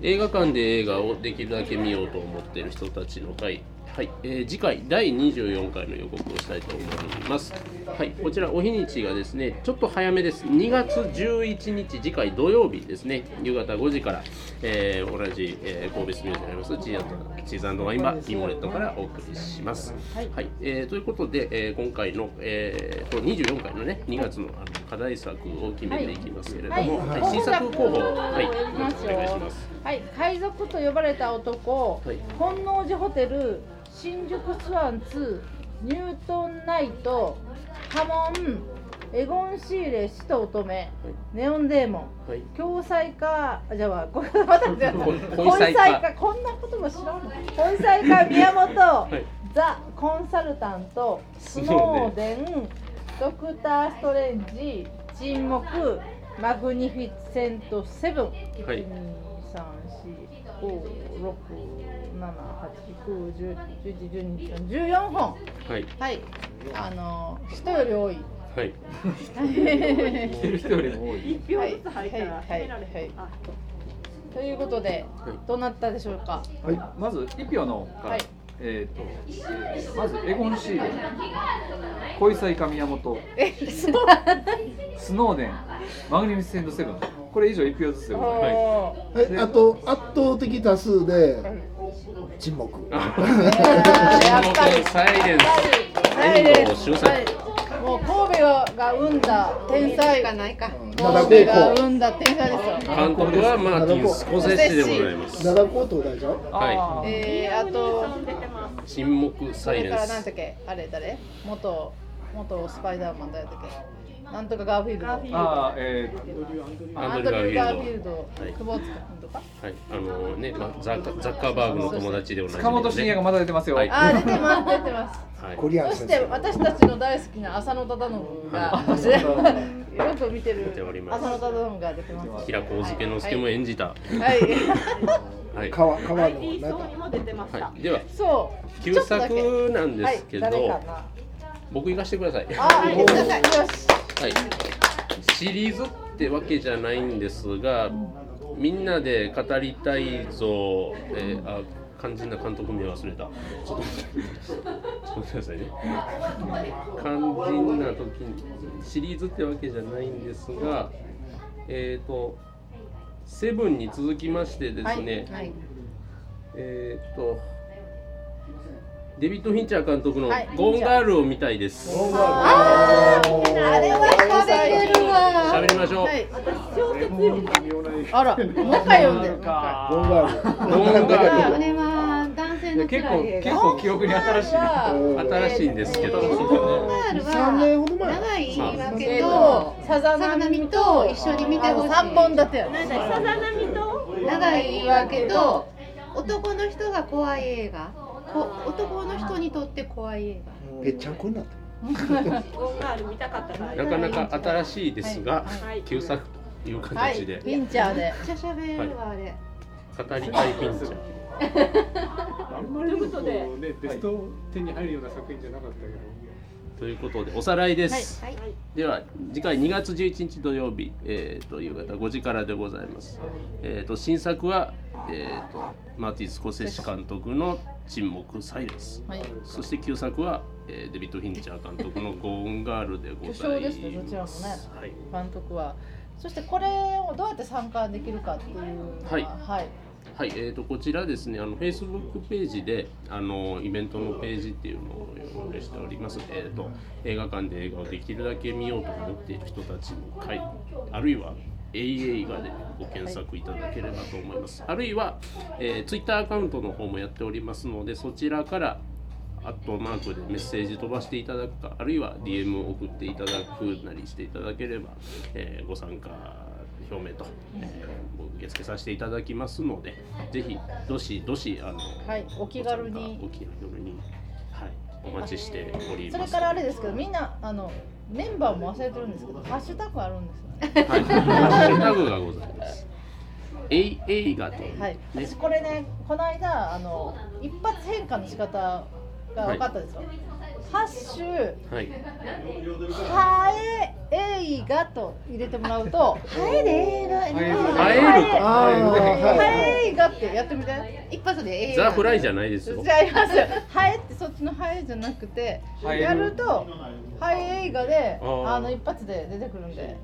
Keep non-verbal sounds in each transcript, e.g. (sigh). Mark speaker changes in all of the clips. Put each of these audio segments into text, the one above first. Speaker 1: 映画館で映画をできるだけ見ようと思っている人たちの会、はいえー次回第24回の予告をしたいと思います、はい、こちらお日にちがですねちょっと早めです2月11日次回土曜日ですね夕方5時から、えー同じ、えー神戸市ミュージアムにありますチーズチーズワインバーイモレットからお送りします、はいえーということで、えー今回の、えーと24回のね2月のあの課題作を決めていきますけれど
Speaker 2: はい、
Speaker 1: も、はい新作候補を、はい、
Speaker 2: お呼びますよ
Speaker 1: お願いします
Speaker 2: はい、海賊と呼ばれた男、
Speaker 1: はい
Speaker 2: 本能寺ホテル、新宿スワン2、ニュートンナイト、波紋、エゴンシーレ、死と乙女、ネオンデーモン、
Speaker 1: はい
Speaker 2: 共済化、あじゃあこれまた違う
Speaker 1: こ
Speaker 2: 婚
Speaker 1: 婚祭
Speaker 2: 祭
Speaker 1: か
Speaker 2: か、こんなことも知らんの。婚祭か宮本、
Speaker 1: い
Speaker 2: ザコンサルタント、スノーデン、ドクターストレンジ、沈黙、マグニフィセントセブン、
Speaker 1: はい
Speaker 2: 一二三四五六七八九十十一十二十十四本。
Speaker 1: はい
Speaker 2: はい。あの人より多い。
Speaker 1: はい
Speaker 3: 知ってる人よりも多い。
Speaker 4: 一票ずつ入
Speaker 2: はい
Speaker 4: ったら決められ
Speaker 2: はいは
Speaker 4: へ
Speaker 2: い
Speaker 4: ん。あ
Speaker 2: (laughs) ということで、
Speaker 1: はい
Speaker 2: どうなったでしょうか。
Speaker 3: はい、まず一票のから、
Speaker 2: はい
Speaker 3: えっ、と、えーまずエゴンシーレ、恋才神山本、
Speaker 2: え、そう。
Speaker 3: スノーデン、マグニフィセントセブン、これ以上一票ずつでございます。
Speaker 2: おー
Speaker 5: はい、あと圧倒的多数で沈黙。
Speaker 2: いやーやっぱり
Speaker 1: サイレンス
Speaker 2: サイレンス
Speaker 1: 遠藤周作
Speaker 2: はいもう神戸が生んだ天才がないか神戸が
Speaker 5: 灘高校
Speaker 2: 生んだ天才ですよ
Speaker 1: 監督はマーティン・スコセッシでございます
Speaker 5: 灘高東大じゃん。
Speaker 3: あー
Speaker 2: えー、あと
Speaker 1: 沈黙
Speaker 2: そ
Speaker 1: サイ
Speaker 2: れ
Speaker 1: レ
Speaker 2: か
Speaker 1: ン
Speaker 2: らなんだ
Speaker 1: ス
Speaker 2: っけあれ誰元元スパイダーマン誰だっけなんとかガーフィールド
Speaker 4: ガーフィール
Speaker 3: あー、えー
Speaker 1: ア
Speaker 2: ア
Speaker 1: ン
Speaker 2: ン
Speaker 1: ド
Speaker 2: ド
Speaker 1: リュー
Speaker 2: リュー・
Speaker 1: ガ
Speaker 2: ガ
Speaker 1: ー
Speaker 2: ー
Speaker 1: フ
Speaker 2: フ
Speaker 1: ィ
Speaker 2: ィ
Speaker 1: ール
Speaker 2: ール
Speaker 1: ド
Speaker 2: ド
Speaker 1: はい
Speaker 2: 久保塚君とか
Speaker 1: はいあのねまザッザッカーバーグの友達でおなじみ
Speaker 3: 塚本慎也がまだ出てますよ。
Speaker 1: はい
Speaker 2: あー出てます出てます
Speaker 1: はい
Speaker 5: コリアン
Speaker 2: そし
Speaker 5: 先
Speaker 2: て
Speaker 5: 生。
Speaker 2: 私たちの大好きな浅野忠信が
Speaker 3: は
Speaker 2: (laughs)
Speaker 3: い
Speaker 2: よく見てる
Speaker 1: 見ております
Speaker 2: 浅野忠信が出てます
Speaker 1: 平子漬之助も演じた
Speaker 2: はい
Speaker 1: はいは
Speaker 5: 川川の
Speaker 4: IT
Speaker 5: 中
Speaker 4: 層にも出てました。
Speaker 1: いでは
Speaker 2: そう
Speaker 1: 旧作なんですけど
Speaker 2: はい、誰かな
Speaker 1: 僕行かせてくださいは
Speaker 2: あ、ごめんなさい、よし
Speaker 1: いシリーズってわけじゃないんですがみんなで語りたいぞえーあ肝心な監督名忘れたちょっとごめんなさいね肝心な時にシリーズってわけじゃないんですがえっ、と「セブンに続きましてですね、
Speaker 2: はい
Speaker 1: えーっとデビッド・フィンチャー監督の
Speaker 2: はい
Speaker 1: 「ゴーンガール」を見たいです。
Speaker 2: あー、あれは喋れるわ
Speaker 1: 喋りましょう
Speaker 2: はい、
Speaker 4: 小説より
Speaker 2: あら、もう一回読んでもう一回
Speaker 5: ゴンガ
Speaker 6: あ
Speaker 5: ール。
Speaker 6: れは男性の
Speaker 3: 結
Speaker 6: 辛
Speaker 3: 構
Speaker 6: い映
Speaker 3: 結
Speaker 6: 画。
Speaker 3: 構記憶に新しいな。
Speaker 1: 新しいんですけど、
Speaker 2: えー
Speaker 5: 三年ほど前
Speaker 6: 長い言い
Speaker 2: え
Speaker 6: 訳
Speaker 2: っ
Speaker 6: と
Speaker 2: と、さざ
Speaker 6: 波と一緒に見てほしい。
Speaker 2: 三本立てやね
Speaker 4: ないさざ波と
Speaker 6: 長い言い訳と男の人が怖い映画。こ男の人にとって怖い映
Speaker 5: ぺっちゃんこになってる。
Speaker 4: ゴンガール見たかったから。
Speaker 1: なかなか新しいですが、
Speaker 4: はい
Speaker 1: 旧作という
Speaker 2: はい、
Speaker 1: 形
Speaker 2: フ
Speaker 1: で
Speaker 2: ィンチャーで
Speaker 6: 画。めっちゃ喋るわあれ。
Speaker 1: 語りたいフィンチャー。
Speaker 7: あんまり
Speaker 4: ということで
Speaker 7: こうねベスト10に入るような作品じゃなかったけど、
Speaker 1: ということでおさらいです。
Speaker 6: はい。
Speaker 1: では次回2月11日土曜日、えー、と夕方5時からでございます、えー、と新作は、えー、とマーティン・スコセッシ監督の「沈黙・サイレンス」
Speaker 2: はい
Speaker 1: そして旧作は、えーデビッド・フィンチャー監督の「ゴーンガール」でご
Speaker 2: 巨
Speaker 1: ざいま
Speaker 2: 匠ですすね、どちらもね
Speaker 1: はい、
Speaker 2: 監督はそしてこれをどうやって参加できるかっていうの
Speaker 1: はい
Speaker 2: はい
Speaker 1: はいえー、とこちらですねあの Facebook ページであのイベントのページっていうのを用意しております、えー、と映画館で映画をできるだけ見ようと思っている人たちの会あるいは AA 映画でご検索いただければと思いますあるいは、えー、Twitter アカウントの方もやっておりますのでそちらからアットマークでメッセージ飛ばしていただくかあるいは DM を送っていただくなりしていただければ、えーご参加表明と、えー受け付けさせていただきますのでぜひどしどしあの、
Speaker 2: はいお気軽に
Speaker 1: ご参加お気軽に、はい、お待ちしており
Speaker 2: そ
Speaker 1: ま
Speaker 2: れ
Speaker 1: す
Speaker 2: からあれですけどみんなあのメンバーも忘れてるんですけどハッシュタグあるんですよね
Speaker 1: はい、ハッシュタグがございます。えい映画という、
Speaker 2: はい、
Speaker 1: ね
Speaker 2: 私これねこの間あの一発変化の仕方が分かったんですよ、ハッシュ
Speaker 1: はい
Speaker 2: ハエ映画と入れてもらう
Speaker 1: (laughs)
Speaker 2: と
Speaker 6: ハエで映画
Speaker 1: 会える
Speaker 2: あ
Speaker 1: か
Speaker 5: ああ、
Speaker 2: ハ
Speaker 5: はい。
Speaker 2: エ映画ってやってみて
Speaker 6: 一発で映画
Speaker 1: ザ・フライじゃないですよ
Speaker 2: じゃあやりますよハエってそっちのハエじゃなくて
Speaker 7: ハエ
Speaker 2: やるとハエ映画で
Speaker 1: あー
Speaker 2: あの一発で出てくるんで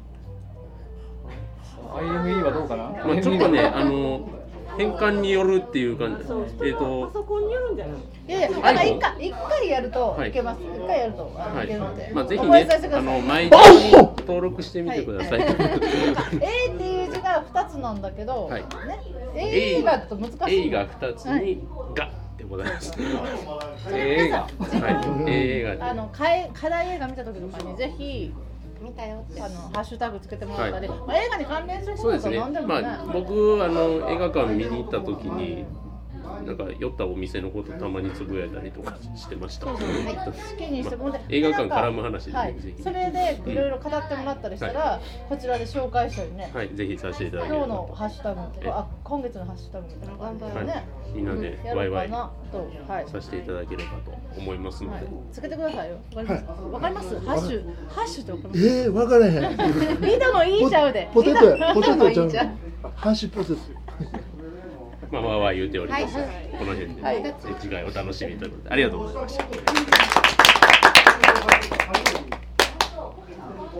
Speaker 7: IME はどうかな、
Speaker 1: まあ、ちょっとね、あの変換によるっていう感じ、えっ、
Speaker 4: パ
Speaker 1: と、
Speaker 4: ソコンによるんじゃない
Speaker 2: いやいやだから一回一回やるといけます一回やるとあの
Speaker 1: はい
Speaker 2: けるので
Speaker 1: まあ、ぜひ
Speaker 2: 覚え
Speaker 1: ね
Speaker 2: させて、く
Speaker 1: あ
Speaker 2: ださ
Speaker 1: の
Speaker 2: い
Speaker 1: 毎日登録してみてください。 (laughs)
Speaker 2: A っていう字が二つなんだけど、
Speaker 1: はい
Speaker 2: ね、A がちょっと難しい。
Speaker 1: A が二つに、がでございます。は
Speaker 2: それ皆さん自分
Speaker 1: い、A が。
Speaker 2: あの課題課題映画見た時とかにぜひ
Speaker 6: 見たよって
Speaker 2: あのハッシュタグつけてもらったり、
Speaker 1: はい
Speaker 2: まあ映画に関連する
Speaker 1: そう
Speaker 2: こ
Speaker 1: で
Speaker 2: と
Speaker 1: す
Speaker 2: は
Speaker 1: ね
Speaker 2: 何で。も
Speaker 1: ま
Speaker 2: ね。
Speaker 1: あ、僕、あの映画館見に行った時に。なんか酔ったお店のことたまにつぶやいたりとかしてました。
Speaker 2: 好きにしてもらって
Speaker 1: 映画館絡む話でね
Speaker 2: はい
Speaker 1: ぜひ
Speaker 2: それでいろいろ語ってもらったりしたら、こちらで紹介したりね、
Speaker 1: はい、ぜひさせていただけれ
Speaker 2: 今
Speaker 1: ば
Speaker 2: 日の
Speaker 1: と。
Speaker 2: ハッシュタグあ今月のハッシュタグみたいな感じでね、
Speaker 1: はい、みんなで
Speaker 2: や
Speaker 1: ワイ
Speaker 2: ろう
Speaker 1: ワ
Speaker 2: か
Speaker 1: イ
Speaker 2: なと、はい、
Speaker 1: させていただければと思いますの
Speaker 2: は
Speaker 1: で
Speaker 2: い。、つけてくださいよ。わかります。わかります。ハッシュ、ハッシュってわかり
Speaker 5: ええ、分からへん。
Speaker 2: ます。リードのいいちゃうで。
Speaker 5: ポテトや、ポテトちゃ
Speaker 6: いいじゃん
Speaker 5: ん。ハッシュポテト。
Speaker 1: まあ、わーわー言うております。
Speaker 6: はい
Speaker 1: この辺で、
Speaker 2: はい
Speaker 1: 次回お楽しみということで、ありがとうございました。